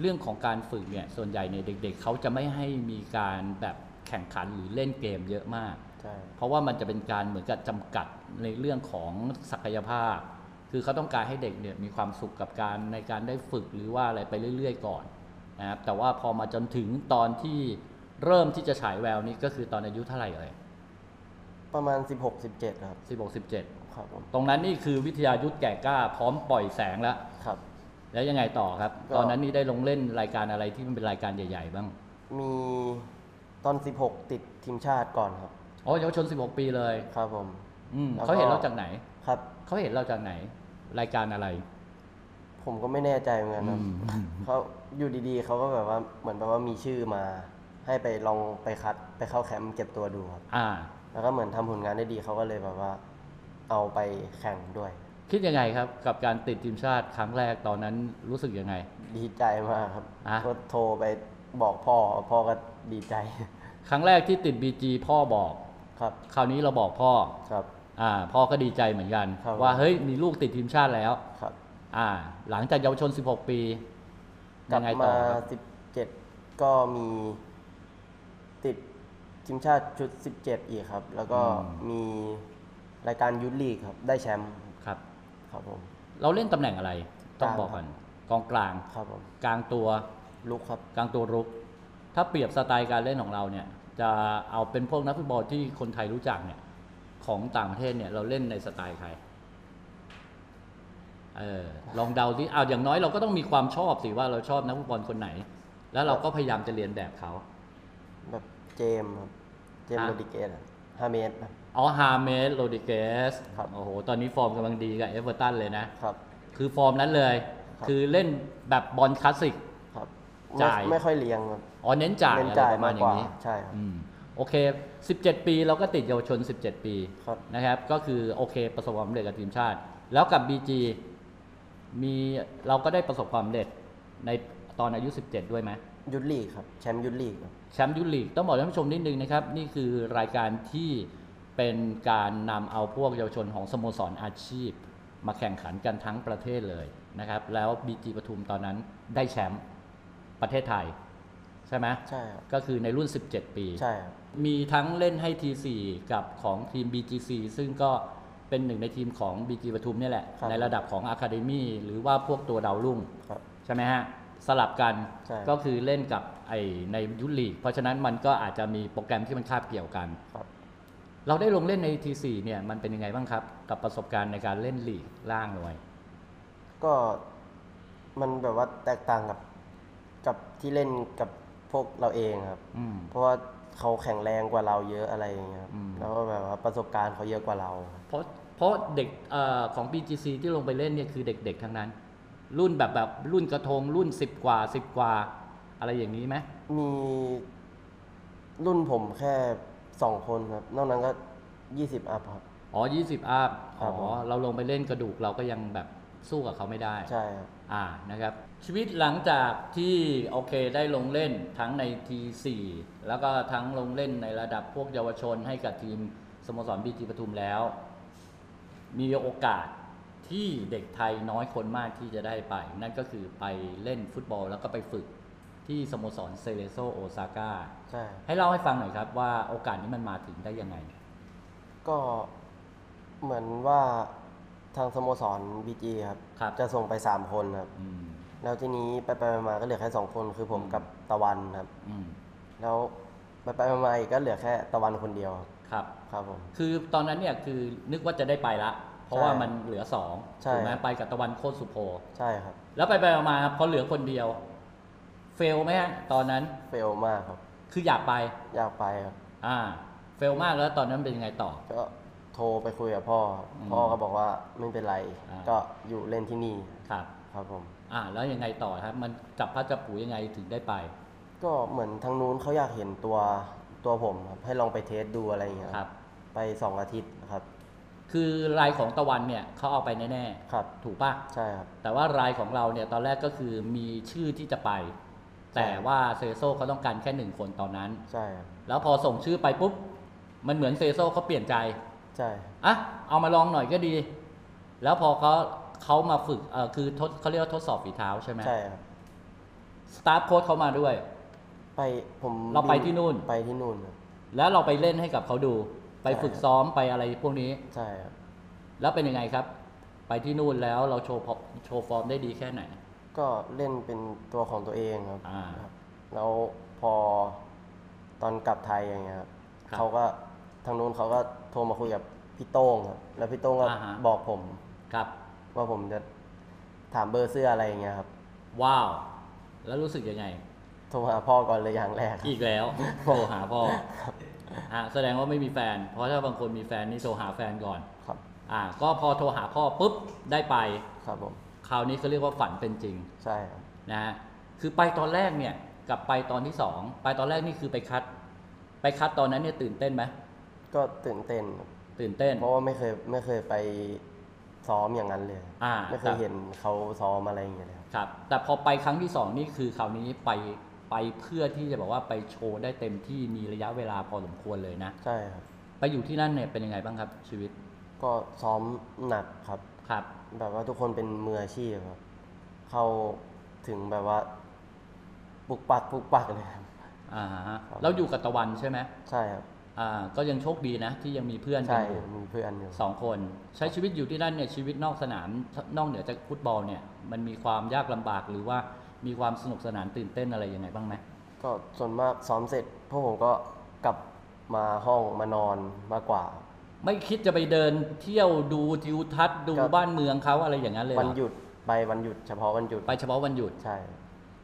S2: เรื่องของการฝึกเนี่ยส่วนใหญ่เนี่ยเด็ก ๆ เขาจะไม่ให้มีการแบบแข่งขันหรือเล่นเกมเยอะมาก
S3: ใช่
S2: เพราะว่ามันจะเป็นการเหมือนกับจำกัดในเรื่องของศักยภาพ คือเขาต้องการให้เด็กเนี่ยมีความสุขกับการในการได้ฝึกหรือว่าอะไรไปเรื่อยๆ ก่อนนะครับ แต่ว่าพอมาจนถึงตอนที่เริ่มที่จะฉายแววนี้ก็คือตอนอายุเท่าไหร่เอ่ย
S3: ประมาณ 16 17 ครับ
S2: สิบหกสิบเจ็ด
S3: ครับผม
S2: ตรงนั้นนี่คือวิทยายุทธแก่กล้าพร้อมปล่อยแสงแล้ว
S3: ครับ
S2: แล้วยังไงต่อครับ
S3: ก็
S2: ตอนนั้นนี่ได้ลงเล่นรายการอะไรที่มันเป็นรายการใหญ่ ๆ บ้าง
S3: มีตอน 16 ติดทีมชาติก่อนครับ
S2: อ๋อเยาวชน 16 ปีเลย
S3: ครับผม
S2: อืม
S3: แล้วก็
S2: เขาเห็นเราจากไหน
S3: ครับ
S2: เขาเห็นเราจากไหน รายการอะไร
S3: ผมก็ไม่แน่ใจเหมือนกันครับ
S2: อืม <laughs>
S3: เขาอยู่ดีๆเขาก็แบบว่าเหมือนแบบว่ามีชื่อมา ให้ไปลองไปคัดไปเข้าแคมป์เก็บตัวดูครับ
S2: อ่า
S3: แล้วก็เหมือนทำผลงานได้ดีเขาก็เลยแบบว่า เอาไปแข่งด้วย
S2: คิดยังไงครับกับการติดทีมชาติครั้งแรกตอนนั้นรู้สึกยังไง
S3: ดีใจมากครับ
S2: อ่ะ
S3: ก็โทรไปบอกพ่อ พ่อก็ดีใจ <laughs>
S2: ครั้งแรกที่ติด BG พ่อบอก
S3: ครับ
S2: คราวนี้เราบอกพ่อ
S3: ครับ
S2: อ่าพ่อก็ดีใจเหมือนกัน
S3: ครับ
S2: ว่าเฮ้ยมีลูกติดทีมชาติแล้ว
S3: ครับ
S2: อ่าหลังจากเยาวชน 16 ปี
S3: ก
S2: ยั
S3: ลับ
S2: งไงต่
S3: มา
S2: อครับ
S3: สิบเจ็ดก็มีติดทีมชาติชุดสิบเจ็ดอีกครับ แล้วก็มีรายการยุทธลีกครับ ได้แชมป์
S2: ครับ
S3: ครับผม
S2: เราเล่นตำแหน่งอะไร ต้องบอกก่อนกองกลาง
S3: ครับผม
S2: กลางตัว
S3: ลูกครับ
S2: กลางตัวรุก ถ้าเปรียบสไตล์การเล่นของเราเนี่ย จะเอาเป็นพวกนักฟุตบอลที่คนไทยรู้จักเนี่ย ของต่างประเทศเนี่ยเราเล่นในสไตล์ใคร เออ ลองเดาที่เอาวอย่างน้อยเราก็ต้องมีความชอบสิว่าเราชอบนักฟุตบอลคนไหน แล้วเราก็พยายามจะเรียนแบบเขา
S3: แบบเจมส์ครับเจมส์
S2: อ่ะ
S3: โรดิเกสฮาเมสครับ
S2: อ๋อฮาเมสโรดิเกส
S3: ครับ
S2: โอ้โห ตอนนี้ฟอร์มกำลังดีกับเอเวอร์ตันเลยนะ
S3: ครับ
S2: คือฟอร์มนั้นเลย
S3: ครับ
S2: คือเล่นแบบบอลคลาสสิก
S3: ครับ
S2: จ่าย
S3: ไม่ไม่ค่อยเลี้ยงครับ
S2: อ๋อเน้นจ่าย
S3: เน้น
S2: อะไร
S3: จ่าย
S2: ประมาณอ
S3: มาก
S2: ก ย่า
S3: ว่าง
S2: นี้
S3: ใช่ครับ
S2: อืมโอเค 17 ปีเราก็ติดเยาวชน 17 ปี
S3: ครับ
S2: นะครับ ก็คือโอเคประสบความสำเร็จกับทีมชาติ แล้วกับ BG มีเราก็ได้ประสบความสำเร็จในตอนอายุ 17 ด้วยไหม
S3: ยุทธลีกครับ แชมป์ยุทธลีกครับ
S2: แชมป์ยุทธลีกต้องบอกท่านผู้ชมนิดนึงนะครับ นี่คือรายการที่ เป็นการนำเอาพวกเยาวชนของสโมสรอาชีพ มาแข่งขันกันทั้งประเทศเลยนะครับ แล้วบีจีปทุมตอนนั้นได้แชมป์ประเทศไทย ใช่ไหม
S3: ใช่ครับ
S2: ก็คือในรุ่น 17 ปี
S3: ใช่ครับ
S2: มีทั้งเล่นให้ T4 กับของทีม BGC ซึ่งก็เป็นหนึ่งในทีมของ BG ปทุมเนี่ยแหละ
S3: ครับ
S2: ในระดับของ Academy หรือว่าพวกตัวดาวรุ่ง
S3: ครับ
S2: ใช่ไหมฮะ สลับกัน
S3: ใช่
S2: ก็คือเล่นกับไอในยุลีก เพราะฉะนั้นมันก็อาจจะมีโปรแกรมที่มันคาบเกี่ยวกัน
S3: ครับ
S2: เราได้ลงเล่นใน T4 เนี่ยมันเป็นยังไงบ้างครับ กับประสบการณ์ในการเล่นลีกล่างหน่วย
S3: ก็มันแบบว่าแตกต่างกับกับที่เล่นกับพวกเราเองครับ
S2: อืม
S3: เพราะว่าเขาแข็งแรงกว่าเราเยอะอะไรอย่างเงี้ยครับ
S2: อืม
S3: แล้วก็แบบว่าประสบการณ์เขาเยอะกว่าเราครับ
S2: เพราะเพราะเด็กเออของ BGC ที่ลงไปเล่นเนี่ยคือเด็กๆทั้งนั้น รุ่นแบบแบบรุ่นกระทงรุ่น 10 กว่า 10 กว่า อะไรอย่างนี้ไหม
S3: มีรุ่นผมแค่สองคนครับ นอกนั้นก็ยี่สิบอัพครับ
S2: อ๋อ 20อาพ
S3: ครั
S2: อ๋
S3: บผม
S2: อ เราลงไปเล่นกระดูกเราก็ยังแบบสู้กับเขาไม่ได้
S3: ใช่ครับ
S2: อ่านะครับ ชีวิตหลังจากที่โอเคได้ลงเล่นทั้งใน T4 แล้วก็ทั้งลงเล่นในระดับพวกเยาวชนให้กับทีมสโมสรบีจีปทุมแล้ว มีโอกาสที่เด็กไทยน้อยคนมากที่จะได้ไป นั่นก็คือไปเล่นฟุตบอลแล้วก็ไปฝึกที่สโมสรเซเลโซโอซาก้า
S3: ใช่ครับ
S2: ให้เล่าให้ฟังหน่อยครับว่าโอกาสนี้มันมาถึงได้ยังไง
S3: ก็เหมือนว่าทางสโมสรบีจีครับ
S2: ครับ
S3: จะส่งไปสามคนครับ
S2: อืม
S3: แล้วทีนี้ไปไปมาๆก็เหลือแค่สองคนคือผม
S2: อืม
S3: กับตะวันครับ
S2: อืม
S3: แล้วไปไปมาๆอีกก็เหลือแค่ตะวันคนเดียวครับ
S2: ครับ
S3: ครับผม
S2: คือตอนนั้นเนี่ยคือนึกว่าจะได้ไปละ เพราะว่า
S3: ใช่
S2: มันเหลือสอง
S3: ใช่
S2: ถูกไหม
S3: ครับ
S2: ไปกับตะวันโคตรสุโพ
S3: ใช่ครับ
S2: แล้วไปไปมาๆพอเหลือคนเดียว เฟลไหมฮะตอนนั้น
S3: เฟลมากครับ
S2: คืออยากไป
S3: อยากไปครับ
S2: อ่า เฟลมากแล้วตอนนั้นเป็นยังไงต่อ
S3: ก็โทรไปคุยกับพ่อครับ
S2: อืม
S3: พ่อก็บอกว่าไม่เป็นไร
S2: อ่า
S3: ก็อยู่เล่นที่นี่
S2: ครับ
S3: ครับผม
S2: อ่า แล้วยังไงต่อครับ มันจับพระจับผลูยังไงถึงได้ไป
S3: ก็เหมือนทางนู้นเขาอยากเห็นตัวตัวผมครับให้ลองไปเทสดูอะไรอย่างเงี้ย
S2: ครับ
S3: ไปสองอาทิตย์ครับ
S2: คือรายของตะวันเนี่ยเขาเอาไปแน่
S3: ครับ
S2: ๆ ถูกปะ
S3: ใช่ครับ
S2: แต่ว่ารายของเราเนี่ยตอนแรกก็คือมีชื่อที่จะไป
S3: ใช่
S2: แต่ว่าเซโซเขาต้องการแค่หนึ่งคนตอนนั้น
S3: ใช่ครับ
S2: แล้วพอส่งชื่อไปปุ๊บ มันเหมือนเซโซเขาเปลี่ยนใจ
S3: ใช่ครับ
S2: อ่ะ เอามาลองหน่อยก็ดี แล้วพอเขาเขามาฝึกเออคือทดเขาเรียกว่าทดสอบฝีเท้าใช่ไหม
S3: ใช่ครับ
S2: สตาฟโค้ชเขามาด้วย
S3: ไปผม
S2: เราไป
S3: บิ
S2: ที่นู่น
S3: ไปที่นู่นครับ
S2: แล้วเราไปเล่นให้กับเขาดู ไป
S3: ใช่
S2: ฝึกซ้อมไปอะไรพวกนี้
S3: ใช่ครับ
S2: แล้วเป็นยังไงครับ ไปที่นู่นแล้วเราโชว์พอโชว์ฟอร์มได้ดีแค่ไหน
S3: ก็เล่นเป็นตัวของตัวเองครับ
S2: อ่า
S3: ครับ แล้วพอตอนกลับไทยอย่างเงี้ยครับ
S2: ครับ
S3: เขาก็ทางนู้นเขาก็โทรมาคุยกับพี่โต้งครับแล้วพี่โต้งก็
S2: อ่าฮะ
S3: บอกผม
S2: ครับ
S3: ว่าผมจะถามเบอร์เสื้ออะไรอย่างเงี้ยครับ
S2: ว้าว แล้วรู้สึกยังไง
S3: โทรหาพ่อก่อนเลยอย่างแรกครับ
S2: อีก
S3: <laughs>
S2: แล้วโทรหาพ่ออ่ะแสดงว่าไม่มีแฟน เพราะถ้าบางคนมีแฟนนี่โทรหาแฟนก่อน
S3: ครับ
S2: อ่า ก็พอโทรหาพ่อปุ๊บได้ไป
S3: ครับผม
S2: คราวนี้เขาเรียกว่าฝันเป็นจริง
S3: ใช่ครับ
S2: นะฮะคือไปตอนแรกเนี่ยกับไปตอนที่สองไปตอนแรกนี่คือไปคัด ไปคัดตอนนั้นเนี่ยตื่นเต้นไหม
S3: ก็ตื่นเต้นครับ
S2: ตื่นเต้น
S3: <laughs> เพราะว่าไม่เคยไม่เคยไปซ้อมอย่างนั้นเลย
S2: อ่า
S3: ไม่
S2: ค
S3: เค
S2: รั
S3: ย
S2: บ
S3: เห็นเขาซ้อมอะไรอย่างเงี้ยเลยครับ
S2: ครับ แต่พอไปครั้งที่สองนี่คือคราวนี้ไปไปเพื่อที่จะบอกว่าไปโชว์ได้เต็มที่มีระยะเวลาพอสมควรเลยนะ
S3: ใช่ครับ
S2: ไปอยู่ที่นั่นเนี่ยเป็นยังไงบ้างครับชีวิต
S3: ก็ซ้อมหนักครับ
S2: ครับ
S3: แบบว่าทุกคนเป็นมืออาชีพครับ เข้าถึงแบบว่าปลุกปักปลุกปักเลยครับ
S2: อ่าฮะ
S3: ครับ
S2: เราอยู่กับตะวันใช่ไหม
S3: ใช่ครับ
S2: อ่าก็ยังโชคดีนะ ที่ยังมีเพื่อนกั
S3: ใช่
S2: นอยู่
S3: มีเพื่อนอยู่
S2: สองคน ใช้ชีวิตอยู่ที่นั่นเนี่ยชีวิตนอกสนามนอกเหนือจากฟุตบอลเนี่ยมันมีความยากลำบากหรือว่ามีความสนุกสนานตื่นเต้นอะไรยังไงบ้างไหม
S3: ก็ส่วนมากซ้อมเสร็จพวกผมก็กลับมาห้องมานอนมากกว่า
S2: ไม่คิดจะไปเดินเที่ยวดูทิวทัศน์ดู
S3: ครับ
S2: บ้านเมืองเขาอะไรอย่างนั้นเลยเรอ
S3: วันหยุดไปวันหยุดเฉพาะวันหยุด
S2: ไปเฉพาะวันหยุด
S3: ใช่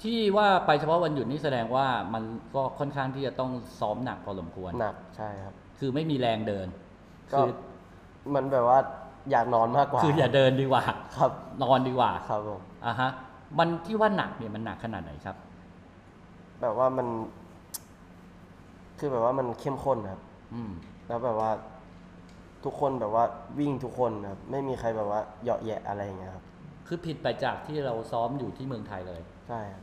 S2: ที่ว่าไปเฉพาะวันหยุดนี่แสดงว่ามันก็ค่อนข้างที่จะต้องซ้อมหนักพอสมควร
S3: หนักใช่ครับ
S2: คือไม่มีแรงเดิน
S3: ก็
S2: คือ
S3: มันแบบว่าอยากนอนมากกว่า
S2: คืออย่าเดินดีกว่า
S3: ครับ
S2: นอนดีกว่า
S3: ครับผม
S2: อ่ะฮะมันที่ว่าหนักเนี่ยมันหนักขนาดไหนครับ
S3: แบบว่ามัน คือแบบว่ามันเข้มข้นครับ
S2: อืม
S3: แล้วแบบว่า ทุกคนแบบว่าวิ่งทุกคนครับไม่มีใครแบบว่าเหยาะแยะอะไรอย่างเงี้ยครับ
S2: คือผิดไปจากที่เราซ้อมอยู่ที่เมืองไทยเลย
S3: ใช่ครับ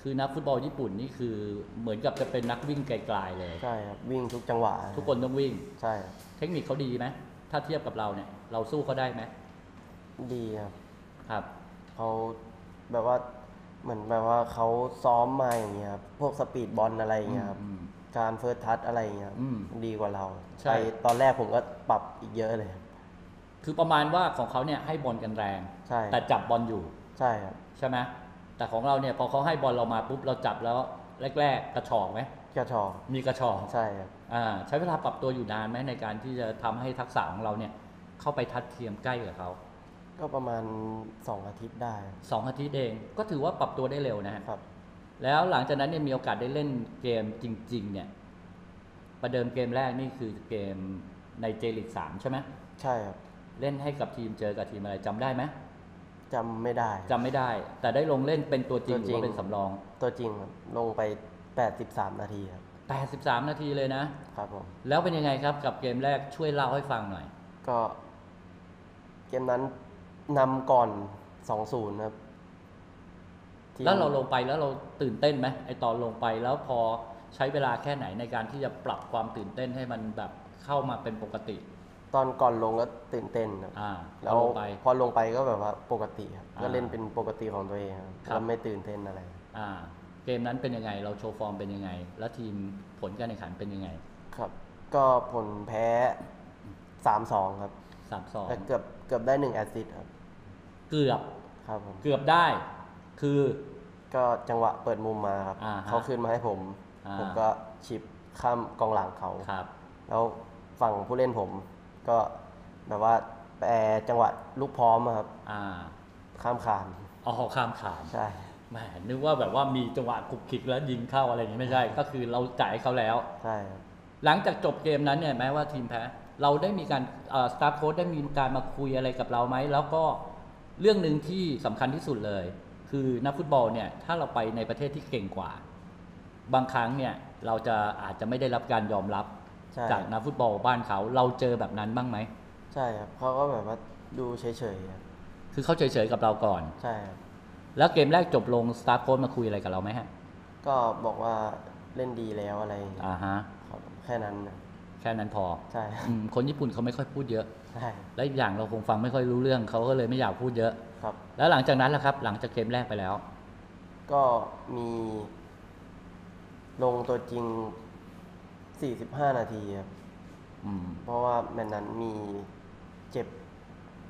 S2: คือนักฟุตบอลญี่ปุ่นนี่คือเหมือนกับจะเป็นนักวิ่งไกลๆเลย
S3: ใช่ครับวิ่งทุกจังหวะ
S2: ทุกคนต้องวิ่ง
S3: ใช่ครับ
S2: เทคนิคเขาดีไหมถ้าเทียบกับเราเนี่ย เราสู้เขาได้ไหม
S3: ดีครับ
S2: ครับ
S3: เขาแบบว่าเหมือนแบบว่าเขาซ้อมมาอย่างเงี้ยครับพวกสปีดบอลอะไรอย่างเงี้ยครับ
S2: อืม
S3: การเฟิร์สทัชอะไรอย่างเงี้ยครับ
S2: อืม
S3: ดีกว่าเรา
S2: ใช่
S3: ไปตอนแรกผมก็ปรับอีกเยอะเลยครับ
S2: คือประมาณว่าของเขาเนี่ยให้บอลกันแรง
S3: ใช่
S2: แต่จับบอลอยู่
S3: ใช่ครับ
S2: ใช่ไหมแต่ของเราเนี่ยพอเขาให้บอลเรามาปุ๊บเราจับแล้วแรก ๆ กระชอกไหม
S3: กระชอก
S2: มีกระชอก
S3: ใช่ครับ
S2: อ่าใช้เวลาปรับตัวอยู่นานไหมในการที่จะทำให้ทักษะของเราเนี่ยเข้าไปทัดเทียมใกล้กับเขา
S3: ก็ประมาณ 2 อาทิตย์ได้
S2: สองอาทิตย์เองก็ถือว่าปรับตัวได้เร็วนะฮะ
S3: ครับ
S2: แล้วหลังจากนั้นเนี่ยมีโอกาสได้เล่นเกมจริง ๆ เนี่ยประเดิมเกมแรกนี่คือเกมในเจลิกสามใช่ไหม
S3: ใช่ครับ
S2: เล่นให้กับทีมเจอกับทีมอะไรจำได้ไหม
S3: จำไม่ได้
S2: จำไม่ได้ แต่ได้ลงเล่นเป็นตัวจริงห
S3: ตัวจ
S2: รื
S3: ริ
S2: อง ว่าเป็นสำรอง
S3: ตัวจริงครับลงไป 83 นาทีครับ
S2: 83 นาทีเลยนะ
S3: ครับผม
S2: แล้วเป็นยังไงครับกับเกมแรกช่วยเล่าให้ฟังหน่อย
S3: ก็เกมนั้นนำก่อน 2-0 ครับทีม
S2: แล้วเราลงไปแล้วเราตื่นเต้นไหมไอตอนลงไปแล้วพอใช้เวลาแค่ไหนในการที่จะปรับความตื่นเต้นให้มันแบบเข้ามาเป็นปกติ
S3: ตอนก่อนลงก็ตื่นเต้นครับ
S2: อ่า
S3: แล้
S2: เรา
S3: ว
S2: ลงไป
S3: พอลงไปก็แบบว่าปกติครับ
S2: อ่า
S3: ก็เล่นเป็นปกติของตัวเองครับ
S2: ครับ
S3: แล้วไม่ตื่นเต้นอะไร
S2: อ่า เกมนั้นเป็นยังไง เราโชว์ฟอร์มเป็นยังไง แล้วทีมผลการแข่งขันเป็นยังไง
S3: ครับ ก็ผลแพ้ 3-2 ครับ
S2: สามสอง
S3: แต่เกือบเกือบได้1แอสซิสต์ครับ
S2: เกือบ
S3: ครับผม
S2: เกือบได้คือ
S3: ก็จังหวะเปิดมุมมาครับ
S2: อ่าฮะ
S3: เขาขึ้นมาให้ผม
S2: อ่า
S3: ผมก็ชิปข้ามกองหลังเขา
S2: ครับ
S3: แล้วฝั่งผู้เล่นผมก็แบบว่าแปรจังหวะลูกพร้อมอะครับ
S2: อ่า
S3: ข้ามคาน
S2: เอาหอข้ามขาม
S3: ใช่
S2: แหมนึกว่าแบบว่ามีจังหวะกุกขิกแล้วยิงเข้าอะไรอย่างนี้ไม่ใช่ ก็คือเราจ่ายให้เขาแล้ว
S3: ใช่ครับ
S2: หลังจากจบเกมนั้นเนี่ยแม้ว่าทีมแพ้ เราได้มีการสตาร์โค้ดได้มีการมาคุยอะไรกับเราไหม แล้วก็เรื่องหนึ่งที่สำคัญที่สุดเลย คือนักฟุตบอลเนี่ยถ้าเราไปในประเทศที่เก่งกว่า บางครั้งเนี่ยเราจะอาจจะไม่ได้รับการยอมรับ
S3: ใช่
S2: จากนักฟุตบอลบ้านเขาเราเจอแบบนั้นบ้างไหม
S3: ใช่ครับเขาก็แบบว่าดูเฉยๆครับ
S2: คือเขาเฉยๆกับเราก่อน
S3: ใช่ครับ
S2: แล้วเกมแรกจบลงสตาร์โค้ดมาคุยอะไรกับเราไหมฮะ
S3: ก็บอกว่าเล่นดีแล้วอะไรอย่างเงี้ย
S2: อ่าฮะ
S3: ครับแค่นั้นนะ
S2: แค่นั้นพอ
S3: ใช่
S2: อืมคนญี่ปุ่นเขาไม่ค่อยพูดเยอะ
S3: ใช่
S2: และอีกอย่างเราคงฟังไม่ค่อยรู้เรื่องเขาก็เลยไม่อยากพูดเยอะ
S3: ครับ
S2: แล้วหลังจากนั้นล่ะครับ หลังจากเกมแรกไปแล้ว
S3: ก็มีลงตัวจริง 45 นาทีครับ
S2: อืม
S3: เพราะว่าแมตช์นั้นมีเจ็บ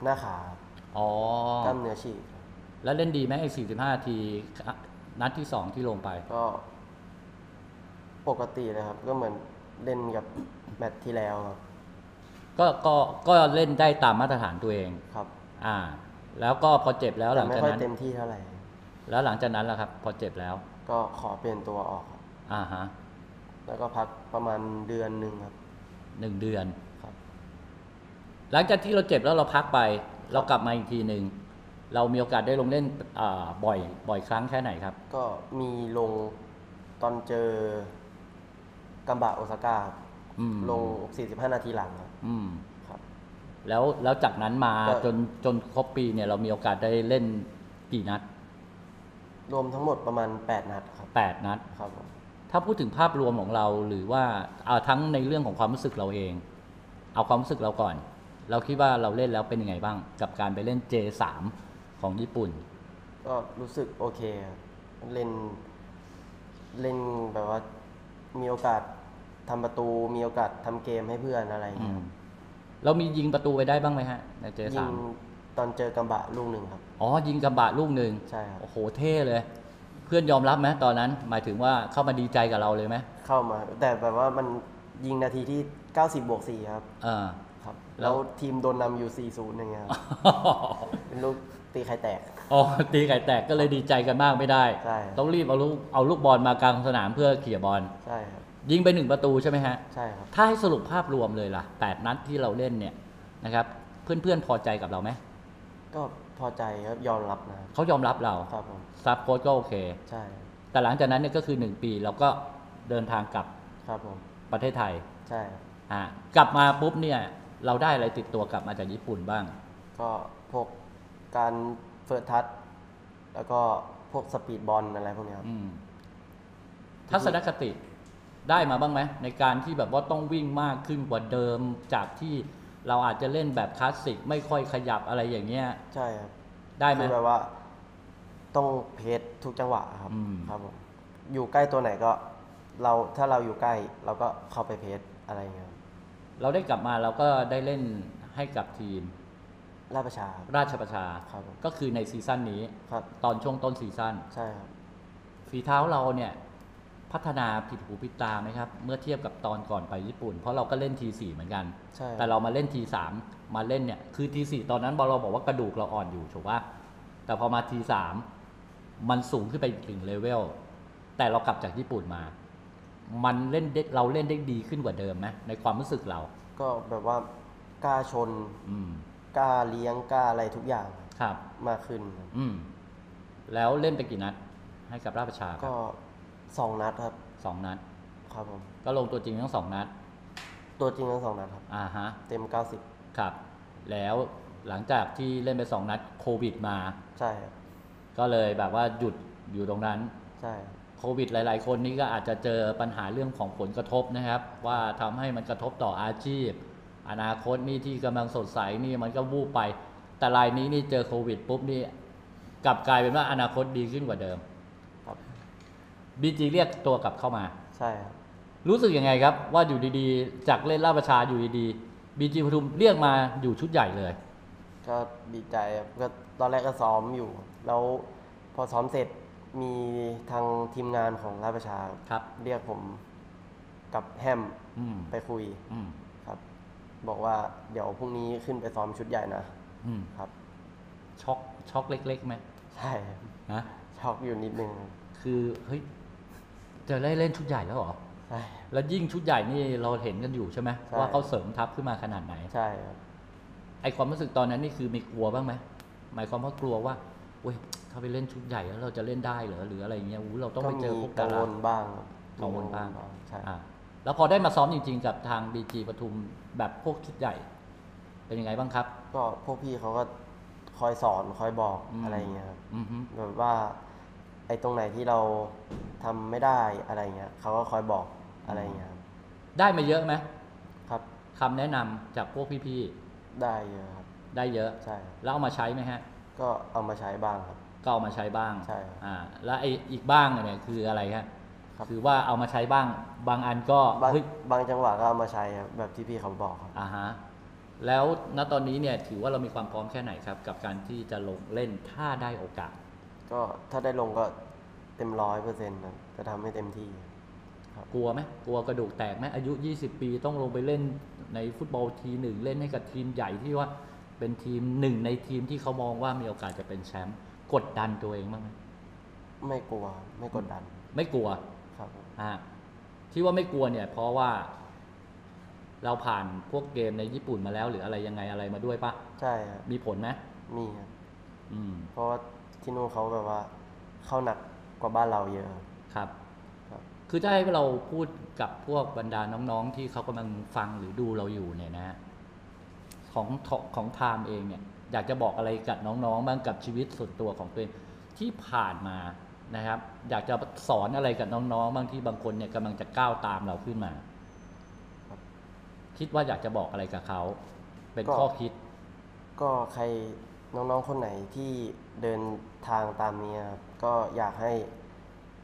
S3: หน้าขา
S2: อ๋อก
S3: ล้ามเนื้อฉีกครับ
S2: แล้วเล่นดีไหมไอ้สี่สิบห้าทีครับนัดที่สองที่ลงไป
S3: ก็ปกติเลยครับ ก็เหมือนเล่นกับแมตช์ที่แล้วครับ
S2: ก็ก็ก็เล่นได้ตามมาตรฐานตัวเอง
S3: ครับ
S2: อ่า แล้วก็พอเจ็บแล้วห
S3: แต่
S2: ลัง
S3: ไม่
S2: จาก
S3: ค่อย
S2: นั้น
S3: เต็มที่เท่าไหร่
S2: แล้วหลังจากนั้นล่ะครับ พอเจ็บแล้ว
S3: ก็ขอเปลี่ยนตัวออกครับ
S2: อ่าฮะ
S3: แล้วก็พักประมาณเดือนหนึ่งครับ
S2: หนึ่งเดือน
S3: ครับ
S2: หลังจากที่เราเจ็บแล้วเราพักไป เรากลับมาอีกทีหนึ่งเรามีโอกาสได้ลงเล่นอ่าบ่อย บ่อยครั้งแค่ไหนครับ
S3: ก็มีลงตอนเจอกัมบะโอซาก้าครับ
S2: อืม
S3: ลง 45 นาทีหลังครับ
S2: อืม
S3: ครับ
S2: แล้วแล้วจากนั้นมา
S3: ก็
S2: จนจนครบปีเนี่ยเรามีโอกาสได้เล่นกี่นัด
S3: รวมทั้งหมดประมาณ 8 นัดครับ
S2: 8 นัด
S3: ครับผม
S2: ถ้าพูดถึงภาพรวมของเราหรือว่าเอาทั้งในเรื่องของความรู้สึกเราเอง เอาความรู้สึกเราก่อน เราคิดว่าเราเล่นแล้วเป็นยังไงบ้าง กับการไปเล่น J3 ของญี่ปุ่น
S3: ก็รู้สึกโอเคครับเล่นเล่นแบบว่ามีโอกาสทำประตู มีโอกาสทำเกมให้เพื่อนอะไรอย่าง
S2: อื
S3: เงี้
S2: ม
S3: ยครับ
S2: เรามียิงประตูไปได้บ้างไหมฮะใน J3
S3: ยิงตอนเจอกัมบะลูกหนึ่งครับ
S2: อ๋อยิงกำบะลูกหนึ่ง
S3: ใช่ครับ
S2: โอ้โหเท่เลย เพื่อนยอมรับไหมตอนนั้น หมายถึงว่าเข้ามาดีใจกับเราเลยไหม
S3: เข้ามา แต่แบบว่ามันยิงนาทีที่ 90บวก4ครับ
S2: อ่ <laughs> า
S3: ครับ
S2: แล้
S3: แล้ว วทีมโดนนำอยู่ 4-0อย่าง
S2: <laughs>
S3: เงี้ยครับ เป็นลูกตีไข่แตก
S2: อ๋อตีไก่แตกก็เลยดีใจกันมากไม่ได้
S3: ใช่
S2: ต้องรีบเอาลูกเอาลูกบอลมากลางสนามเพื่อเขี่ยบอล
S3: ใช่ครับ
S2: ยิงไปหนึ่งประตูใช่ไหมฮะ
S3: ใช่ครับ
S2: ถ้าให้สรุปภาพรวมเลยล่ะ 8 นัดที่เราเล่นเนี่ยนะครับ เพื่อนๆพอใจกับเราไหม
S3: ก็พอใจครับยอมรับนะครับ
S2: เขายอมรับเรา
S3: ครับผม
S2: ซับโค้ชก็โอเค
S3: ใช่
S2: แต่หลังจากนั้นเนี่ยก็คือ 1 ปีเราก็เดินทางกลับ
S3: ครับผม
S2: ประเทศไทย
S3: ใช่ครับ
S2: อ่ะกลับมาปุ๊บเนี่ยเราได้อะไรติดตัวกลับมาจากญี่ปุ่นบ้าง
S3: ก็พวกการเฟิร์สทัชแล้วก็พ พวกสปีดบอลอะไรพวกเนี้ยครับ
S2: อืมทัศนคติได้มาบ้างไหมในการที่แบบว่าต้องวิ่งมากขึ้นกว่าเดิมจากที่เราอาจจะเล่นแบบคลาสสิกไม่ค่อยขยับอะไรอย่างเงี้ย
S3: ใช่ครับ
S2: ได้ไหม
S3: คือแบบว่า ต้องเพจทุกจังหวะครับ
S2: อืม
S3: ครับผมอยู่ใกล้ตัวไหนก็ เราถ้าเราอยู่ใกล้เราก็เข้าไปเพจอะไรอย่างเงี้ยครับ
S2: เราได้กลับมาเราก็ได้เล่นให้กับทีม
S3: ลาดประชาครับ
S2: ราชประชา
S3: ครับผม
S2: ก็คือในซีซั่นนี้
S3: ครับ
S2: ตอนช่วงต้นซีซั่น
S3: ใช่ครับ
S2: ฝีเท้าเราเนี่ย พัฒนาผิดหูผิดตาไหมครับ เมื่อเทียบกับตอนก่อนไปญี่ปุ่น เพราะเราก็เล่นทีสี่เหมือนกัน
S3: ใช่ครับ
S2: แต่เรามาเล่นทีสามมาเล่นเนี่ย คือทีสี่ตอนนั้นบอลเราบอกว่ากระดูกเราอ่อนอยู่ถูกป่ะแต่พอมาทีสามมันสูงขึ้นไปอีกหนึ่งเลเวลแต่เรากลับจากญี่ปุ่นมา มันเล่นได้เราเล่นได้ดีขึ้นกว่าเดิมไหมในความรู้สึกเรา
S3: ก็แบบว่ากล้าชน
S2: อืม
S3: กล้าเลี้ยงกล้าอะไรทุกอย่างครับ
S2: ครับ
S3: มากขึ้นครับ
S2: อืมแล้วเล่นไปกี่นัด ให้กับราชประชาครับ
S3: ก็สองนัดครับ
S2: สองนัด
S3: ครับผม
S2: ก็ลงตัวจริงทั้งสองนัด
S3: ตัวจริงทั้งสองนัดครับ
S2: อ่าฮะ
S3: เต็ม 90
S2: ครับ แล้วหลังจากที่เล่นไปสองนัดโควิดมา
S3: ใช่ครับ
S2: ก็เลยแบบว่าหยุดอยู่ตรงนั้น
S3: ใช่ครับ
S2: โควิดหลาย ๆ คนนี่ก็อาจจะเจอปัญหาเรื่องของผลกระทบนะครับ ว่าทำให้มันกระทบต่ออาชีพ อนาคตนี่ที่กำลังสดใสนี่มันก็วูบไป แต่รายนี้นี่เจอโควิดปุ๊บนี่กลับกลายเป็นว่าอนาคตดีขึ้นกว่าเดิม
S3: ครับ
S2: บีจีเรียกตัวกลับเข้ามา
S3: ใช่ครับ
S2: รู้สึกยังไงครับ ว่าอยู่ดีๆ จากเล่นล่าชประชาอยู่ดีๆบีจีปทุมเรียกมาอยู่ชุดใหญ่เลย
S3: ก็ดีใจครับก็ตอนแรกก็ซ้อมอยู่ แล้วพอซ้อมเสร็จมีทางทีมงานของราชประชา
S2: ครับ
S3: เรียกผมกับแฮม
S2: อืม
S3: ไปคุย
S2: อืม
S3: ครับ บอกว่าเดี๋ยวพรุ่งนี้ขึ้นไปซ้อมชุดใหญ่นะ
S2: อืม
S3: ครับ
S2: ช็อกช็อกเล็กๆไหม
S3: ใช่ครับ
S2: นะ
S3: ช็อกอยู่นิดนึงครับ
S2: คือเฮ้ยจะได้เล่นชุดใหญ่แล้วเหรอ
S3: ใช่
S2: แล้วยิ่งชุดใหญ่นี่เราเห็นกันอยู่ใช่ไหมว่าเขาเสริมทัพขึ้นมาขนาดไหน
S3: ใช่ครับ
S2: ไอความรู้สึกตอนนั้นนี่คือมีกลัวบ้างไหมหมายความว่ากลัวว่าเว้ยถ้าไปเล่นชุดใหญ่แล้วเราจะเล่นได้เหรอหรืออะไรอย่างเงี้ยอู้เราต้องไปเจอ
S3: ก็มี
S2: พวก
S3: กั
S2: ดาง
S3: ว
S2: รา
S3: ลบ้างครับ
S2: กังวลบ้าง
S3: ใช่
S2: อ่ะแล้วพอได้มาซ้อมจริง ๆ กับทางบีจีปทุมแบบพวกชุดใหญ่ เป็นยังไงบ้างครับ
S3: ก็พวกพี่เขาก็คอยสอนคอยบอก
S2: อืม
S3: อะไรอย่างเงี้ยครับ
S2: อือฮึ
S3: แบบว่าไอ้ตรงไหนที่เราทำไม่ได้อะไรเงี้ยเขาก็คอยบอกอะไรเงี้ยครับ
S2: ได้มาเยอะไหม
S3: ครับ
S2: คำแนะนำจากพวกพี่
S3: ได้เยอะครับ
S2: ๆได้เยอะ
S3: ใช่ครับ
S2: แล้วเอามาใช้ไหมฮะ
S3: ก็เอามาใช้บ้างครับ
S2: ก็เอามาใช้บ้าง
S3: ใช่ครับ
S2: อ่า แล้วไออีกบ้างเนี่ยคืออะไรฮะ
S3: ครับ
S2: คือว่าเอามาใช้บ้าง บางอันก็
S3: บาง
S2: เฮ้ย
S3: บางจังหวะก็เอามาใช้ครับแบบที่พี่เขาบอกครับ
S2: อ่าฮะ แล้วณตอนนี้เนี่ยถือว่าเรามีความพร้อมแค่ไหนครับ กับการที่จะลงเล่นถ้าได้โอกาส
S3: ก็ถ้าได้ลงก็เต็มร้อยเปอร์เซ็นต์จะทำให้เต็มที่ครับ
S2: กลัวไหมกลัวกระดูกแตกไหมอายุ 20 ปีต้องลงไปเล่นในฟุตบอลทีหนึ่งเล่นให้กับทีมใหญ่ที่ว่าเป็นทีมหนึ่งในทีมที่เขามองว่ามีโอกาสจะเป็นแชมป์กดดันตัวเองบ้างไหม
S3: ไม่กลัวไม่กดดัน
S2: ไม่กลัว
S3: ครับผม
S2: ฮะที่ว่าไม่กลัวเนี่ยเพราะว่า เราผ่านพวกเกมในญี่ปุ่นมาแล้วหรืออะไรยังไงอะไรมาด้วยปะ
S3: ใช่ครับ
S2: มีผลไหม
S3: มีครับ
S2: อืม
S3: เพราะว่าที่นู่นเขาแบบว่าเข้าหนักกว่าบ้านเราเยอะครั
S2: ครั
S3: บ
S2: บ
S3: ครับ
S2: คือจะให้เราพูดกับพวกบรรดาน้องๆ ที่เขากำลังฟังหรือดูเราอยู่เนี่ยนะฮะของของไทม์เองเนี่ย อยากจะบอกอะไรกับน้องๆบ้างกับชีวิตส่วนตัวของตัวเองที่ผ่านมานะครับ อยากจะสอนอะไรกับน้องๆบางที่บางคนเนี่ยกำลังจะก้าวตามเราขึ้นมา
S3: ครับ
S2: คิดว่าอยากจะบอกอะไรกับเขาเป็น
S3: ก็
S2: ข้อคิด
S3: ก็ใครน้องๆ คนไหนที่เดินทางตามนี้ครับก็อยากให้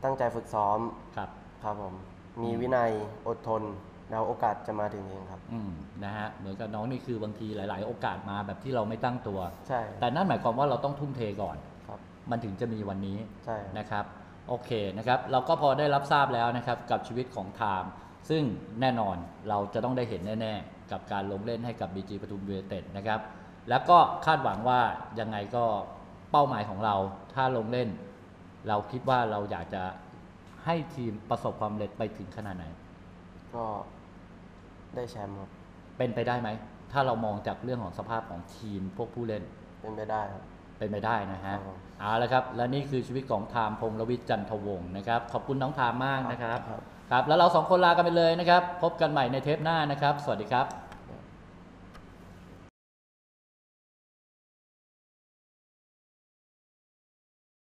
S3: ตั้งใจฝึกซ้อม
S2: ครับ
S3: ครับผม มีวินัยอดทน แล้วโอกาสจะมาถึงเองครับ
S2: อืม นะฮะ เหมือนกับน้องนี่คือบางทีหลาย ๆ โอกาสมาแบบที่เราไม่ตั้งตัว
S3: ใช่
S2: แต่นั่นหมายความว่าเราต้องทุ่มเทก่อน
S3: ครับ
S2: มันถึงจะมีวันนี้
S3: ใช่ครับ
S2: นะครับ โอเคนะครับ เราก็พอได้รับทราบแล้วนะครับ กับชีวิตของไทม์ซึ่งแน่นอนเราจะต้องได้เห็นแน่ ๆ กับการลงเล่นให้กับ BG ปทุมยูไนเต็ดนะครับ แล้วก็คาดหวังว่ายังไงก็เป้าหมายของเรา ถ้าลงเล่น เราคิดว่าเราอยากจะให้ทีมประสบความสำเร็จไปถึงขนาดไหน
S3: ก็ได้แชมป์ครับ
S2: เป็นไปได้ไหม ถ้าเรามองจากเรื่องของสภาพของทีมพวกผู้เล่น
S3: เป็นไปได้ครับ
S2: เป็นไปได้นะฮะ
S3: ครับผม
S2: เอาละครับ และนี่คือชีวิตของไทม์พงษ์รวิทย์จันทวงศ์นะครับ ขอบคุณน้องไทม์มากนะครับ
S3: ครับ
S2: ครับ แล้วเราสองคนลากันไปเลยนะครับ พบกันใหม่ในเทปหน้านะครับ สวัสดีครับ